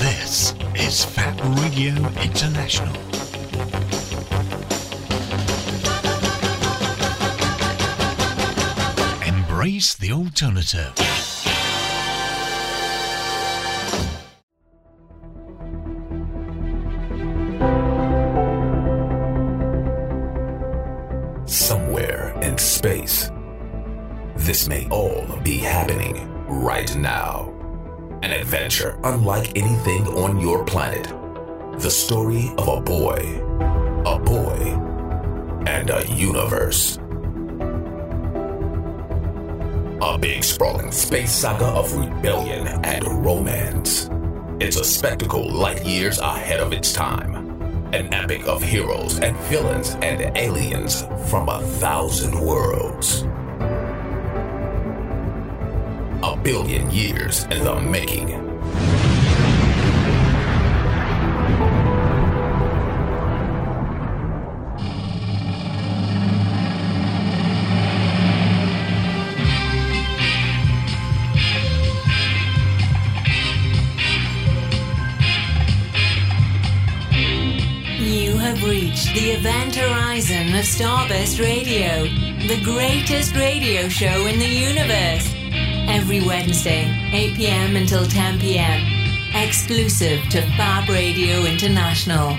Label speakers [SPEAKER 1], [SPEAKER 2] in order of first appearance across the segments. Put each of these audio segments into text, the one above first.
[SPEAKER 1] This is Fat Radio International. Embrace the alternative.
[SPEAKER 2] Somewhere in space, this may all be happening right now. An adventure unlike anything on your planet. The story of a boy, a boy, and a universe. A big sprawling space saga of rebellion and romance. It's a spectacle light years ahead of its time. An epic of heroes and villains and aliens from a thousand worlds. A billion years in the making.
[SPEAKER 3] You have reached the event horizon of Starburst Radio, the greatest radio show in the universe. Every Wednesday, 8 p.m. until 10 p.m. Exclusive to Fab Radio International.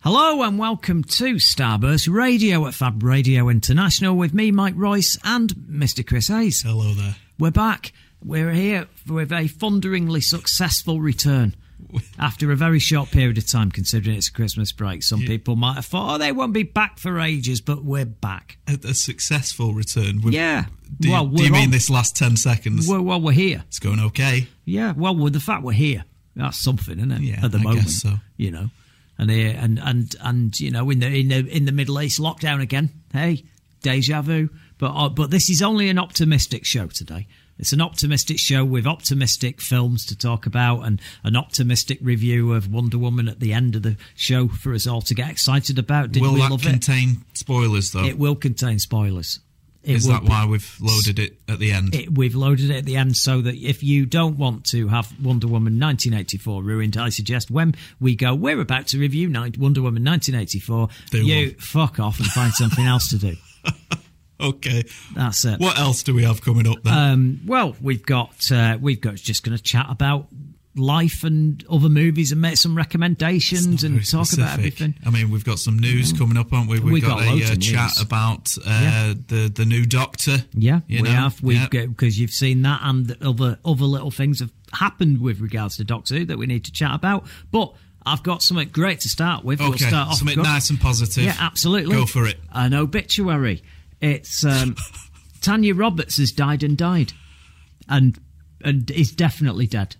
[SPEAKER 4] Hello and welcome to Starburst Radio at Fab Radio International with me, Mike Royce, and Mr. Chris Hayes.
[SPEAKER 5] Hello there.
[SPEAKER 4] We're back. We're here with a thunderingly successful return after a very short period of time, considering it's a Christmas break. Some people might have thought, oh, they won't be back for ages, but we're back.
[SPEAKER 5] A, a successful return. We've-
[SPEAKER 4] Yeah.
[SPEAKER 5] Do you,
[SPEAKER 4] Well,
[SPEAKER 5] do you
[SPEAKER 4] we're
[SPEAKER 5] mean
[SPEAKER 4] on-
[SPEAKER 5] this last 10 seconds?
[SPEAKER 4] Well, well, we're here.
[SPEAKER 5] it's going okay.
[SPEAKER 4] Yeah, well, with the fact we're here, that's something, isn't it?
[SPEAKER 5] Yeah,
[SPEAKER 4] at the
[SPEAKER 5] I guess
[SPEAKER 4] moment,
[SPEAKER 5] so.
[SPEAKER 4] you know, and here and and and you know, in the in the in the Middle East lockdown again. Hey, deja vu. But uh, but this is only an optimistic show today. It's an optimistic show with optimistic films to talk about and an optimistic review of Wonder Woman at the end of the show for us all to get excited about. Didn't
[SPEAKER 5] Will
[SPEAKER 4] we
[SPEAKER 5] that
[SPEAKER 4] love
[SPEAKER 5] contain spoilers, though?
[SPEAKER 4] it? It will contain spoilers. It
[SPEAKER 5] Is
[SPEAKER 4] will
[SPEAKER 5] that
[SPEAKER 4] be-
[SPEAKER 5] why we've loaded it at the end?
[SPEAKER 4] it, we've loaded it at the end so that if you don't want to have Wonder Woman 1984 ruined, I suggest when we go, we're about to review nine- Wonder Woman 1984.
[SPEAKER 5] Do
[SPEAKER 4] you
[SPEAKER 5] one.
[SPEAKER 4] fuck off and find something else to do.
[SPEAKER 5] okay.
[SPEAKER 4] That's it.
[SPEAKER 5] What else do we have coming up then?
[SPEAKER 4] Um, well, we've got uh, we've got just going to chat about life and other movies and make some recommendations and
[SPEAKER 5] Very
[SPEAKER 4] talk
[SPEAKER 5] specific.
[SPEAKER 4] about everything.
[SPEAKER 5] I mean, we've got some news coming up, haven't we? We've
[SPEAKER 4] We've
[SPEAKER 5] got,
[SPEAKER 4] got loads
[SPEAKER 5] a uh,
[SPEAKER 4] of
[SPEAKER 5] chat
[SPEAKER 4] news.
[SPEAKER 5] about uh,
[SPEAKER 4] Yeah.
[SPEAKER 5] the the new Doctor.
[SPEAKER 4] Yeah,
[SPEAKER 5] you
[SPEAKER 4] we
[SPEAKER 5] know?
[SPEAKER 4] have. We've
[SPEAKER 5] Yeah.
[SPEAKER 4] because you've seen that, and the other other little things have happened with regards to Doctor Who that we need to chat about. But I've got something great to start with. we'll
[SPEAKER 5] okay.
[SPEAKER 4] start off
[SPEAKER 5] Something
[SPEAKER 4] good.
[SPEAKER 5] nice and positive.
[SPEAKER 4] Yeah, absolutely.
[SPEAKER 5] Go for it.
[SPEAKER 4] An obituary. It's um, Tanya Roberts has died and died, and and is definitely dead.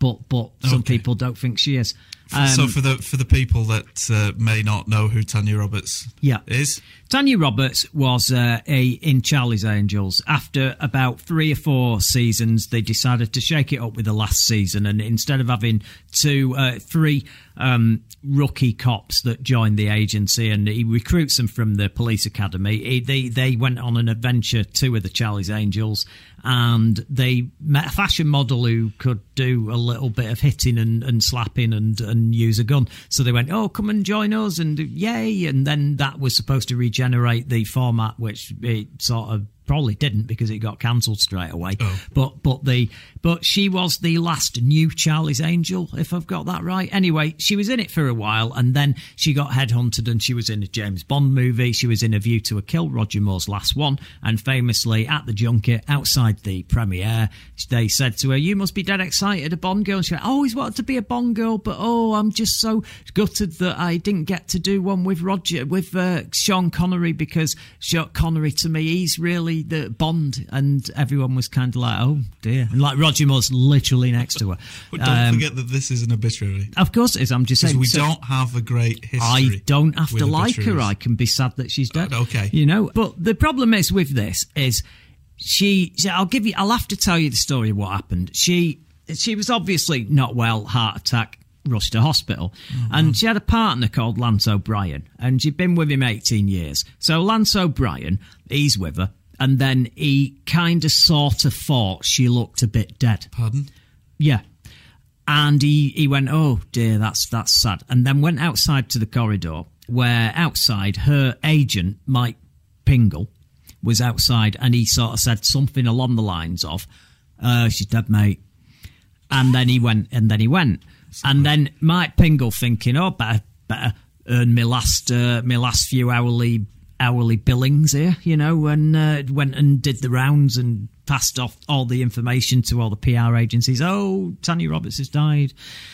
[SPEAKER 4] but but some
[SPEAKER 5] Okay.
[SPEAKER 4] people don't think she is.
[SPEAKER 5] so
[SPEAKER 4] Um,
[SPEAKER 5] for the for the people that uh, may not know who Tanya Roberts
[SPEAKER 4] Yeah.
[SPEAKER 5] is,
[SPEAKER 4] Tanya Roberts was uh, a in Charlie's Angels. After about three or four seasons, they decided to shake it up with the last season, and instead of having two, uh, three um, rookie cops that joined the agency, and he recruits them from the police academy, he, they they went on an adventure two of the Charlie's Angels, and they met a fashion model who could do a little bit of hitting and, and slapping and, and use a gun. So they went, oh, come and join us, and yay! And then that was supposed to regenerate the format, which it sort of probably didn't because it got cancelled straight away. But but the but she was the last new Charlie's Angel, if I've got that right. Anyway, she was in it for a while, and then she got headhunted, and she was in a James Bond movie. She was in A View to a Kill, Roger Moore's last one, and famously at the junket outside the premiere, they said to her, "You must be dead excited, a Bond girl." And she went, "I always wanted to be a Bond girl, but oh, I'm just so gutted that I didn't get to do one with Roger with uh, Sean Connery because Sean Connery to me he's really the Bond." And everyone was kind of like, "Oh dear," and like Roger Moore's literally next to her.
[SPEAKER 5] but don't
[SPEAKER 4] Um,
[SPEAKER 5] forget that this is an obituary
[SPEAKER 4] Of course, it is. I'm just
[SPEAKER 5] because
[SPEAKER 4] saying.
[SPEAKER 5] we
[SPEAKER 4] so-
[SPEAKER 5] don't have a great history.
[SPEAKER 4] I don't have
[SPEAKER 5] with
[SPEAKER 4] to like her.
[SPEAKER 5] obituaries.
[SPEAKER 4] I can be sad that she's dead.
[SPEAKER 5] Uh, okay.
[SPEAKER 4] You know, but the problem is with this is she, so I'll give you, I'll have to tell you the story of what happened. She, she was obviously not well, heart attack, rushed to hospital.
[SPEAKER 5] Oh,
[SPEAKER 4] and she had a partner called Lance O'Brien and she'd been with him 18 years. So Lance O'Brien, he's with her. And then he kind of sort of thought she looked a bit dead.
[SPEAKER 5] Pardon?
[SPEAKER 4] Yeah. And he, he went, oh dear, that's that's sad. And then went outside to the corridor where outside her agent, Mike Pingle, was outside and he sort of said something along the lines of, uh, she's dead, mate. And then he went, and then he went. And then Mike Pingle thinking, oh, better, better earn my last, uh, my last few hourly, hourly billings here, you know, and uh, went and did the rounds and passed off all the information to all the PR agencies. Oh, Tanya Roberts has died.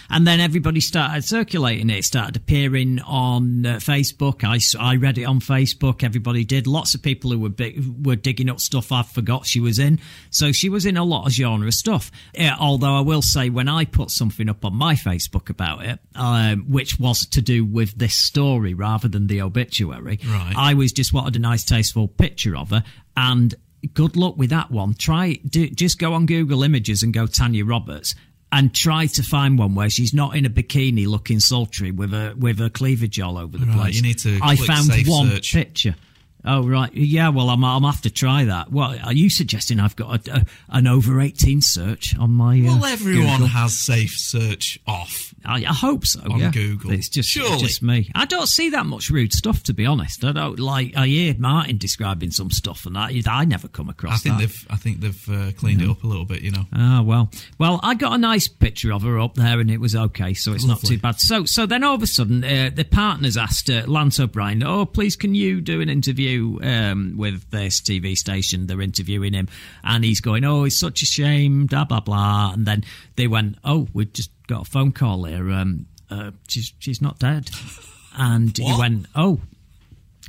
[SPEAKER 4] And then everybody started circulating it. It started appearing on uh, Facebook. I, s- I read it on Facebook. Everybody did. Lots of people who were big, were digging up stuff I forgot she was in. So she was in a lot of genre stuff. Uh, although I will say, when I put something up on my Facebook about it, um, which was to do with this story rather than the obituary,
[SPEAKER 5] Right.
[SPEAKER 4] I was just wanted a nice, tasteful picture of her. And good luck with that one. Try do, just go on Google Images and go Tanya Roberts and try to find one where she's not in a bikini looking sultry with her with her cleavage all over the
[SPEAKER 5] Right,
[SPEAKER 4] place.
[SPEAKER 5] you need to
[SPEAKER 4] I
[SPEAKER 5] click
[SPEAKER 4] found
[SPEAKER 5] safe
[SPEAKER 4] one
[SPEAKER 5] search.
[SPEAKER 4] picture. Oh right, yeah. Well, I'm I'm have to try that. Well, are you suggesting I've got a, a, an over eighteen search on my? uh,
[SPEAKER 5] Well, everyone
[SPEAKER 4] Google?
[SPEAKER 5] has safe search off.
[SPEAKER 4] I, I hope so.
[SPEAKER 5] On
[SPEAKER 4] yeah.
[SPEAKER 5] Google.
[SPEAKER 4] It's just, it's
[SPEAKER 5] Surely.
[SPEAKER 4] just me. I don't see that much rude stuff, to be honest. I don't like. I hear Martin describing some stuff, and I, I never come across
[SPEAKER 5] I think
[SPEAKER 4] that.
[SPEAKER 5] they've I think they've uh, cleaned it up a little bit. You know,
[SPEAKER 4] Ah well, well, I got a nice picture of her up there, and it was okay, so it's
[SPEAKER 5] Lovely.
[SPEAKER 4] not too bad. So, so then all of a sudden, uh, the partners asked uh, Lance O'Brien, "Oh, please, can you do an interview um, with this TV station?" They're interviewing him, and he's going, "Oh, it's such a shame," blah blah blah. And then they went, "Oh, we just got a phone call here. Um, uh, she's she's not dead," and he
[SPEAKER 5] What?
[SPEAKER 4] went, "Oh."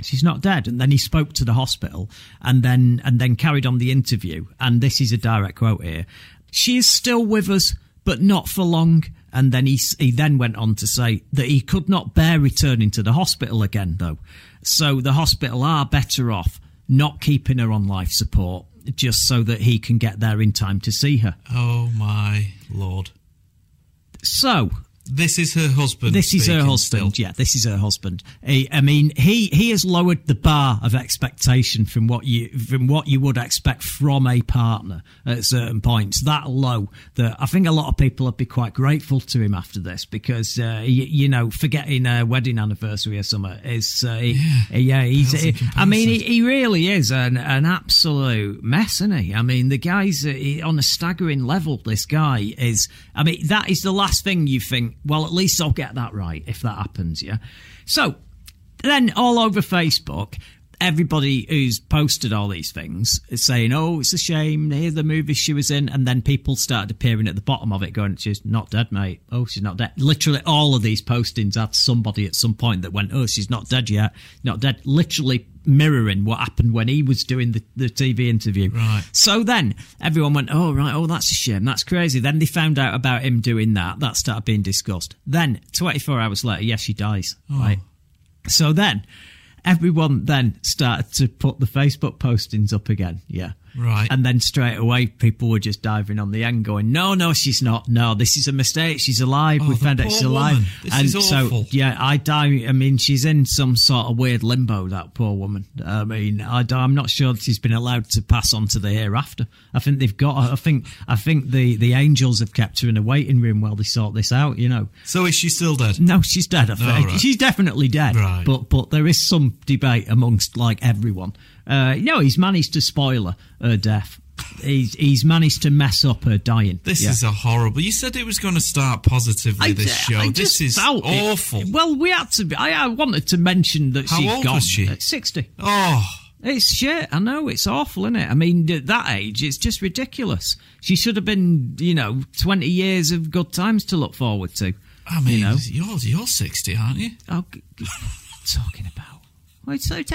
[SPEAKER 4] she's not dead and then he spoke to the hospital and then and then carried on the interview and this is a direct quote here she is still with us but not for long and then he s- he then went on to say that he could not bear returning to the hospital again though so the hospital are better off not keeping her on life support just so that he can get there in time to see her
[SPEAKER 5] oh my lord,
[SPEAKER 4] so
[SPEAKER 5] this is her husband.
[SPEAKER 4] This is her
[SPEAKER 5] speaking
[SPEAKER 4] husband.
[SPEAKER 5] still.
[SPEAKER 4] Yeah, this is her husband. He, I mean, he he has lowered the bar of expectation from what you from what you would expect from a partner at certain points. That low that I think a lot of people would be quite grateful to him after this because uh, you, you know forgetting a wedding anniversary or something is uh, he- yeah he's
[SPEAKER 5] pales in
[SPEAKER 4] he- I mean
[SPEAKER 5] comparison.
[SPEAKER 4] he, he really is an, an absolute mess, isn't he? I mean, the guy's uh, he- on a staggering level. This guy is. I mean, that is the last thing you think. Well, at least I'll get that right if that happens. Yeah. So then, all over Facebook, everybody who's posted all these things is saying, "Oh, it's a shame. Here's the movie she was in," and then people started appearing at the bottom of it, going, "She's not dead, mate. Oh, she's not dead." Literally, all of these postings had somebody at some point that went, "Oh, she's not dead yet. Not dead." Literally mirroring what happened when he was doing the, the TV interview.
[SPEAKER 5] Right.
[SPEAKER 4] So then everyone went, "Oh, right. Oh, that's a shame. That's crazy." Then they found out about him doing that. That started being discussed. Then 24 hours later, yes, she dies. Right. So then everyone then started to put the Facebook postings up again. Yeah.
[SPEAKER 5] Right.
[SPEAKER 4] And then straight away people were just diving on the end going, No, no, she's not. No, this is a mistake. She's alive. we
[SPEAKER 5] Oh, the
[SPEAKER 4] found out
[SPEAKER 5] poor
[SPEAKER 4] she's alive.
[SPEAKER 5] woman. This
[SPEAKER 4] and
[SPEAKER 5] is
[SPEAKER 4] so
[SPEAKER 5] awful.
[SPEAKER 4] yeah, I die I mean, she's in some sort of weird limbo, that poor woman. I mean, I am not sure that she's been allowed to pass on to the hereafter. I think they've got her- I think I think the, the angels have kept her in a waiting room while they sort this out, you know.
[SPEAKER 5] So is she still dead?
[SPEAKER 4] No, she's dead. I think.
[SPEAKER 5] right.
[SPEAKER 4] She's definitely dead.
[SPEAKER 5] Right.
[SPEAKER 4] But but there is some debate amongst like everyone. Uh, no, he's managed to spoil her, her death. He's he's managed to mess up her dying.
[SPEAKER 5] This
[SPEAKER 4] Yeah.
[SPEAKER 5] is a horrible. You said it was going to start positively. this show.
[SPEAKER 4] I
[SPEAKER 5] this
[SPEAKER 4] just
[SPEAKER 5] is
[SPEAKER 4] felt it.
[SPEAKER 5] awful.
[SPEAKER 4] Well, we had to. Be, I, I wanted to mention that
[SPEAKER 5] How
[SPEAKER 4] she's
[SPEAKER 5] old
[SPEAKER 4] gone.
[SPEAKER 5] was she?
[SPEAKER 4] At Sixty.
[SPEAKER 5] oh,
[SPEAKER 4] It's shit. I know it's awful, isn't it? I mean, at that age, it's just ridiculous. She should have been, you know, twenty years of good times to look forward to.
[SPEAKER 5] I mean,
[SPEAKER 4] know.
[SPEAKER 5] you are you're sixty, aren't you?
[SPEAKER 4] Oh, g- g- talking about? Well, it's, it's,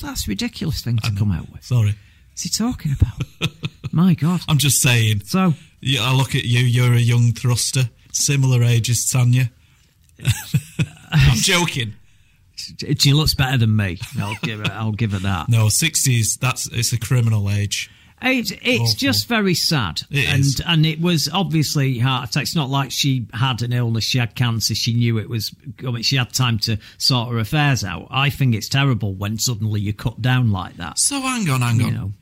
[SPEAKER 4] that's a ridiculous thing to come out with.
[SPEAKER 5] Sorry,
[SPEAKER 4] What's he talking about? My God.
[SPEAKER 5] I'm just saying.
[SPEAKER 4] Oh, So,
[SPEAKER 5] Yeah, I look at you. You're a young thruster, similar age as Tanya. I'm joking.
[SPEAKER 4] she she looks better than me. I'll give her, I'll give her that.
[SPEAKER 5] No, sixties. That's it's a criminal age.
[SPEAKER 4] It's, it's
[SPEAKER 5] Awful.
[SPEAKER 4] just very sad.
[SPEAKER 5] It
[SPEAKER 4] and
[SPEAKER 5] is.
[SPEAKER 4] and it was obviously heart attack. It's not like she had an illness, she had cancer, she knew it was coming, she had time to sort her affairs out. I think it's terrible when suddenly you cut down like that.
[SPEAKER 5] So hang on, hang on.
[SPEAKER 4] know.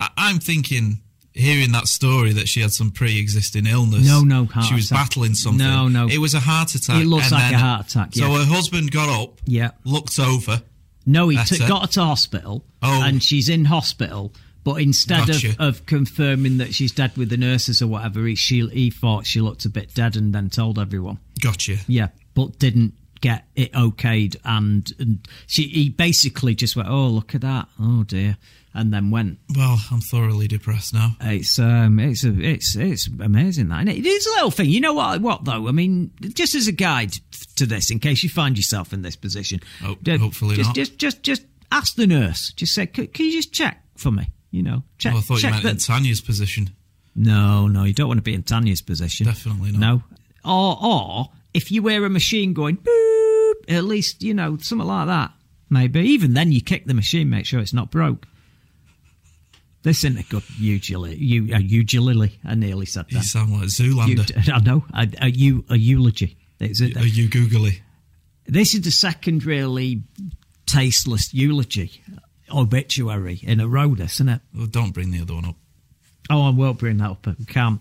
[SPEAKER 5] I, I'm thinking, hearing that story that she had some pre-existing illness.
[SPEAKER 4] No, no, heart
[SPEAKER 5] she was
[SPEAKER 4] attack.
[SPEAKER 5] battling something.
[SPEAKER 4] No, no.
[SPEAKER 5] it was a heart attack.
[SPEAKER 4] It looks
[SPEAKER 5] and
[SPEAKER 4] like a
[SPEAKER 5] then-
[SPEAKER 4] heart attack,
[SPEAKER 5] So
[SPEAKER 4] yeah.
[SPEAKER 5] her husband got up,
[SPEAKER 4] Yeah.
[SPEAKER 5] looked over.
[SPEAKER 4] No, he
[SPEAKER 5] That's
[SPEAKER 4] took
[SPEAKER 5] it.
[SPEAKER 4] got her to hospital,
[SPEAKER 5] Oh.
[SPEAKER 4] and she's in hospital. But instead
[SPEAKER 5] Gotcha.
[SPEAKER 4] of, of confirming that she's dead with the nurses or whatever, he, she, he thought she looked a bit dead and then told everyone.
[SPEAKER 5] Gotcha.
[SPEAKER 4] Yeah, but didn't get it okayed, and, and she he basically just went, "Oh, look at that! Oh dear," and then went.
[SPEAKER 5] Well, I'm thoroughly depressed now.
[SPEAKER 4] It's um, it's a, it's it's amazing that, and it is a little thing. You know what? What though? I mean, just as a guide to this, in case you find yourself in this position,
[SPEAKER 5] Ho-
[SPEAKER 4] uh,
[SPEAKER 5] Oh, hopefully
[SPEAKER 4] just,
[SPEAKER 5] not.
[SPEAKER 4] Just just just ask the nurse. Just say, "Can, can you just check for me?" You know, check.
[SPEAKER 5] Well, Oh, I thought you
[SPEAKER 4] check
[SPEAKER 5] meant
[SPEAKER 4] that-
[SPEAKER 5] in Tanya's position.
[SPEAKER 4] no, no, you don't want to be in Tanya's position.
[SPEAKER 5] Definitely not.
[SPEAKER 4] No. Or, or if you wear a machine going boop, at least you know something like that. Maybe even then, you kick the machine, make sure it's not broke. This isn't a good eulogy. You, a eulogy. I nearly said
[SPEAKER 5] You
[SPEAKER 4] that.
[SPEAKER 5] sound like Zoolander.
[SPEAKER 4] Eu- I know a, a, eu- a eulogy. It's a-
[SPEAKER 5] Are you googly?
[SPEAKER 4] this is the second really tasteless eulogy, obituary in a rodus, isn't it?
[SPEAKER 5] Well, don't bring the other one up.
[SPEAKER 4] Oh, I won't bring that up. I can't,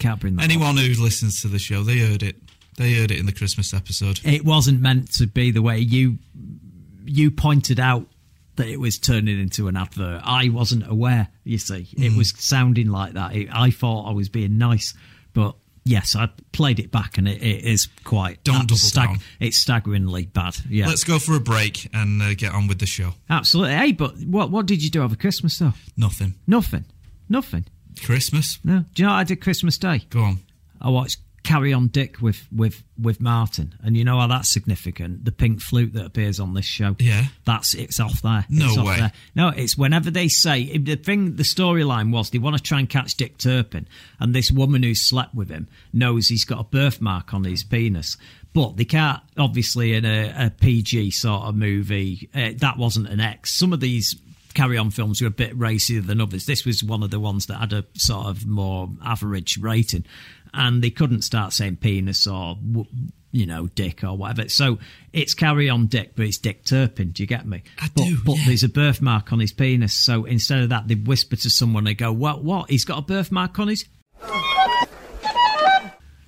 [SPEAKER 4] can't bring that. up.
[SPEAKER 5] Anyone who listens to the show, they heard it. They heard it in the Christmas episode.
[SPEAKER 4] it wasn't meant to be the way you you pointed out that it was turning into an advert. I wasn't aware. You see, it
[SPEAKER 5] Hmm.
[SPEAKER 4] was sounding like that. It, I thought I was being nice, but yes, I played it back, and it, it is quite
[SPEAKER 5] Don't double down.
[SPEAKER 4] It's staggeringly bad. Yeah,
[SPEAKER 5] Let's go for a break and uh, get on with the show.
[SPEAKER 4] absolutely. Hey, but what what did you do over Christmas though?
[SPEAKER 5] Nothing.
[SPEAKER 4] Nothing. Nothing.
[SPEAKER 5] Christmas.
[SPEAKER 4] No. Do you know what I did Christmas Day?
[SPEAKER 5] Go on.
[SPEAKER 4] I watched Carry On Dick with with with Martin, and you know how that's significant. The pink flute that appears on this show,
[SPEAKER 5] Yeah.
[SPEAKER 4] that's it's off there.
[SPEAKER 5] No
[SPEAKER 4] It's off
[SPEAKER 5] way.
[SPEAKER 4] there. No, it's whenever they say if the thing. The storyline was they want to try and catch Dick Turpin, and this woman who slept with him knows he's got a birthmark on his penis. But they can't obviously in a, a PG sort of movie. Uh, that wasn't an X. Some of these carry on films were a bit racier than others. This was one of the ones that had a sort of more average rating, and they couldn't start saying penis or w- you know dick or whatever. So it's carry on dick, but it's Dick Turpin. Do you get me?
[SPEAKER 5] I
[SPEAKER 4] but,
[SPEAKER 5] do,
[SPEAKER 4] But
[SPEAKER 5] yeah.
[SPEAKER 4] there's a birthmark on his penis, so instead of that, they whisper to someone. They go, "What? What? He's got a birthmark on his."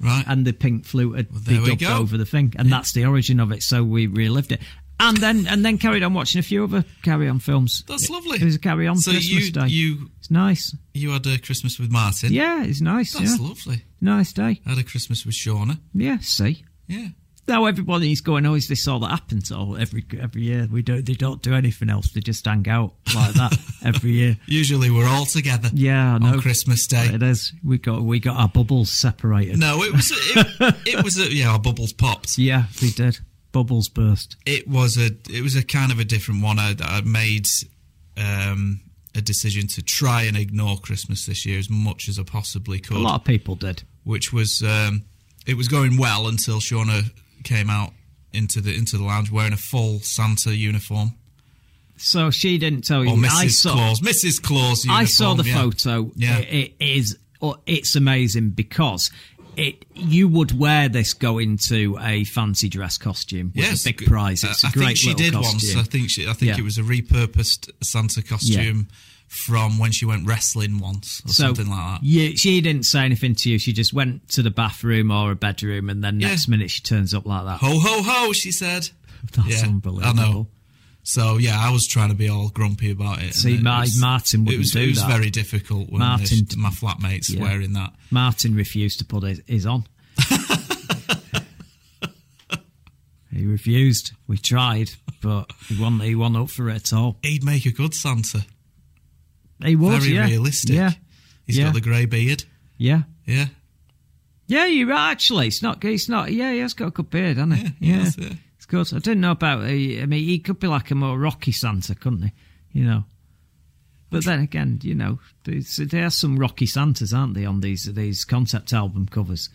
[SPEAKER 5] Right.
[SPEAKER 4] and the pink flute had
[SPEAKER 5] there
[SPEAKER 4] be
[SPEAKER 5] we
[SPEAKER 4] dubbed
[SPEAKER 5] go.
[SPEAKER 4] over the thing, and that's the origin of it. So we relived it, and then and then carried on watching a few other Carry On films.
[SPEAKER 5] That's
[SPEAKER 4] It-
[SPEAKER 5] lovely.
[SPEAKER 4] It was a Carry On
[SPEAKER 5] So
[SPEAKER 4] Christmas
[SPEAKER 5] you-
[SPEAKER 4] day.
[SPEAKER 5] you-
[SPEAKER 4] it's nice.
[SPEAKER 5] you had a Christmas with Martin.
[SPEAKER 4] Yeah, it's nice.
[SPEAKER 5] That's
[SPEAKER 4] yeah,
[SPEAKER 5] lovely.
[SPEAKER 4] nice day.
[SPEAKER 5] I had a Christmas with Shauna.
[SPEAKER 4] Yeah, see,
[SPEAKER 5] Yeah.
[SPEAKER 4] now everybody's going, oh, is this all that happens? Oh, every every year we don't they don't do anything else. They just hang out like that every year.
[SPEAKER 5] Usually we're all together.
[SPEAKER 4] Yeah, I
[SPEAKER 5] on
[SPEAKER 4] know.
[SPEAKER 5] Christmas Day.
[SPEAKER 4] It is. We got we got our bubbles separated.
[SPEAKER 5] No, it was it, it was a, yeah, our bubbles popped.
[SPEAKER 4] Yeah, we did. Bubbles burst.
[SPEAKER 5] It was a it was a kind of a different one. I, I made um, a decision to try and ignore Christmas this year as much as I possibly could.
[SPEAKER 4] A lot of people did.
[SPEAKER 5] which was um, it was going well until Shauna came out into the into the lounge wearing a full Santa uniform
[SPEAKER 4] So she didn't tell you.
[SPEAKER 5] or Mrs.
[SPEAKER 4] I saw.
[SPEAKER 5] Claus. Mrs. Claus. Uniform,
[SPEAKER 4] I saw the
[SPEAKER 5] yeah.
[SPEAKER 4] photo.
[SPEAKER 5] Yeah.
[SPEAKER 4] It, it is. oh, It's amazing because it you would wear this going to a fancy dress costume. With
[SPEAKER 5] Yes, Uh,
[SPEAKER 4] a big prize. It's a
[SPEAKER 5] I I
[SPEAKER 4] great
[SPEAKER 5] think she
[SPEAKER 4] little
[SPEAKER 5] did
[SPEAKER 4] costume.
[SPEAKER 5] once. uh, I think she. I think
[SPEAKER 4] Yeah.
[SPEAKER 5] it was a repurposed Santa costume from when she went wrestling once or something like that.
[SPEAKER 4] You, she didn't say anything to you. She just went to the bathroom or a bedroom, and then
[SPEAKER 5] Yeah.
[SPEAKER 4] next minute she turns up like that.
[SPEAKER 5] Ho ho ho! She said.
[SPEAKER 4] That's
[SPEAKER 5] yeah, I know.
[SPEAKER 4] unbelievable.
[SPEAKER 5] So yeah, I was trying to be all grumpy about it. and
[SPEAKER 4] See,
[SPEAKER 5] it
[SPEAKER 4] Ma- Martin
[SPEAKER 5] it
[SPEAKER 4] wouldn't
[SPEAKER 5] was,
[SPEAKER 4] do
[SPEAKER 5] It was
[SPEAKER 4] that.
[SPEAKER 5] very difficult when
[SPEAKER 4] Martin-
[SPEAKER 5] this- my flatmates
[SPEAKER 4] Yeah.
[SPEAKER 5] wearing that.
[SPEAKER 4] Martin refused to put his, his on. he refused. We tried, but he wasn't. He wasn't up for it at all.
[SPEAKER 5] He'd make a good Santa.
[SPEAKER 4] He was
[SPEAKER 5] very
[SPEAKER 4] yeah.
[SPEAKER 5] realistic.
[SPEAKER 4] Yeah,
[SPEAKER 5] He's
[SPEAKER 4] Yeah.
[SPEAKER 5] got the grey beard.
[SPEAKER 4] yeah,
[SPEAKER 5] Yeah.
[SPEAKER 4] yeah. You're right. Actually, it's not. It's not. Yeah, he has got a good beard, hasn't he?
[SPEAKER 5] Yeah, he has, yeah.
[SPEAKER 4] it's good. I didn't know about. I mean, he could be like a more rocky Santa, couldn't he? You know. But then again, you know, there's, there are some rocky Santas, aren't they, on these these concept album covers?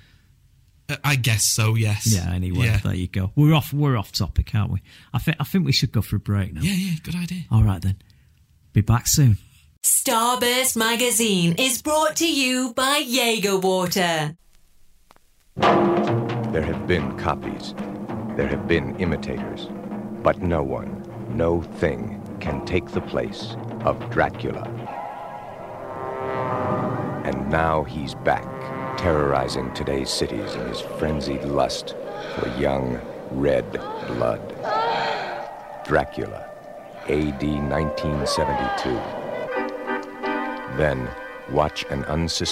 [SPEAKER 5] Uh, I guess so, yes.
[SPEAKER 4] Yeah. Anyway,
[SPEAKER 5] Yeah,
[SPEAKER 4] there you go. We're off. We're off topic, aren't we? I think. I think we should go for a break now.
[SPEAKER 5] yeah, yeah, good idea.
[SPEAKER 4] All right then. Be back soon.
[SPEAKER 3] Starburst Magazine is brought to you by Jaeger Water.
[SPEAKER 6] There have been copies. There have been imitators. But no one, no thing can take the place of Dracula. And now he's back, terrorizing today's cities in his frenzied lust for young red blood. Dracula, AD 1972. Then watch an unsuspecting.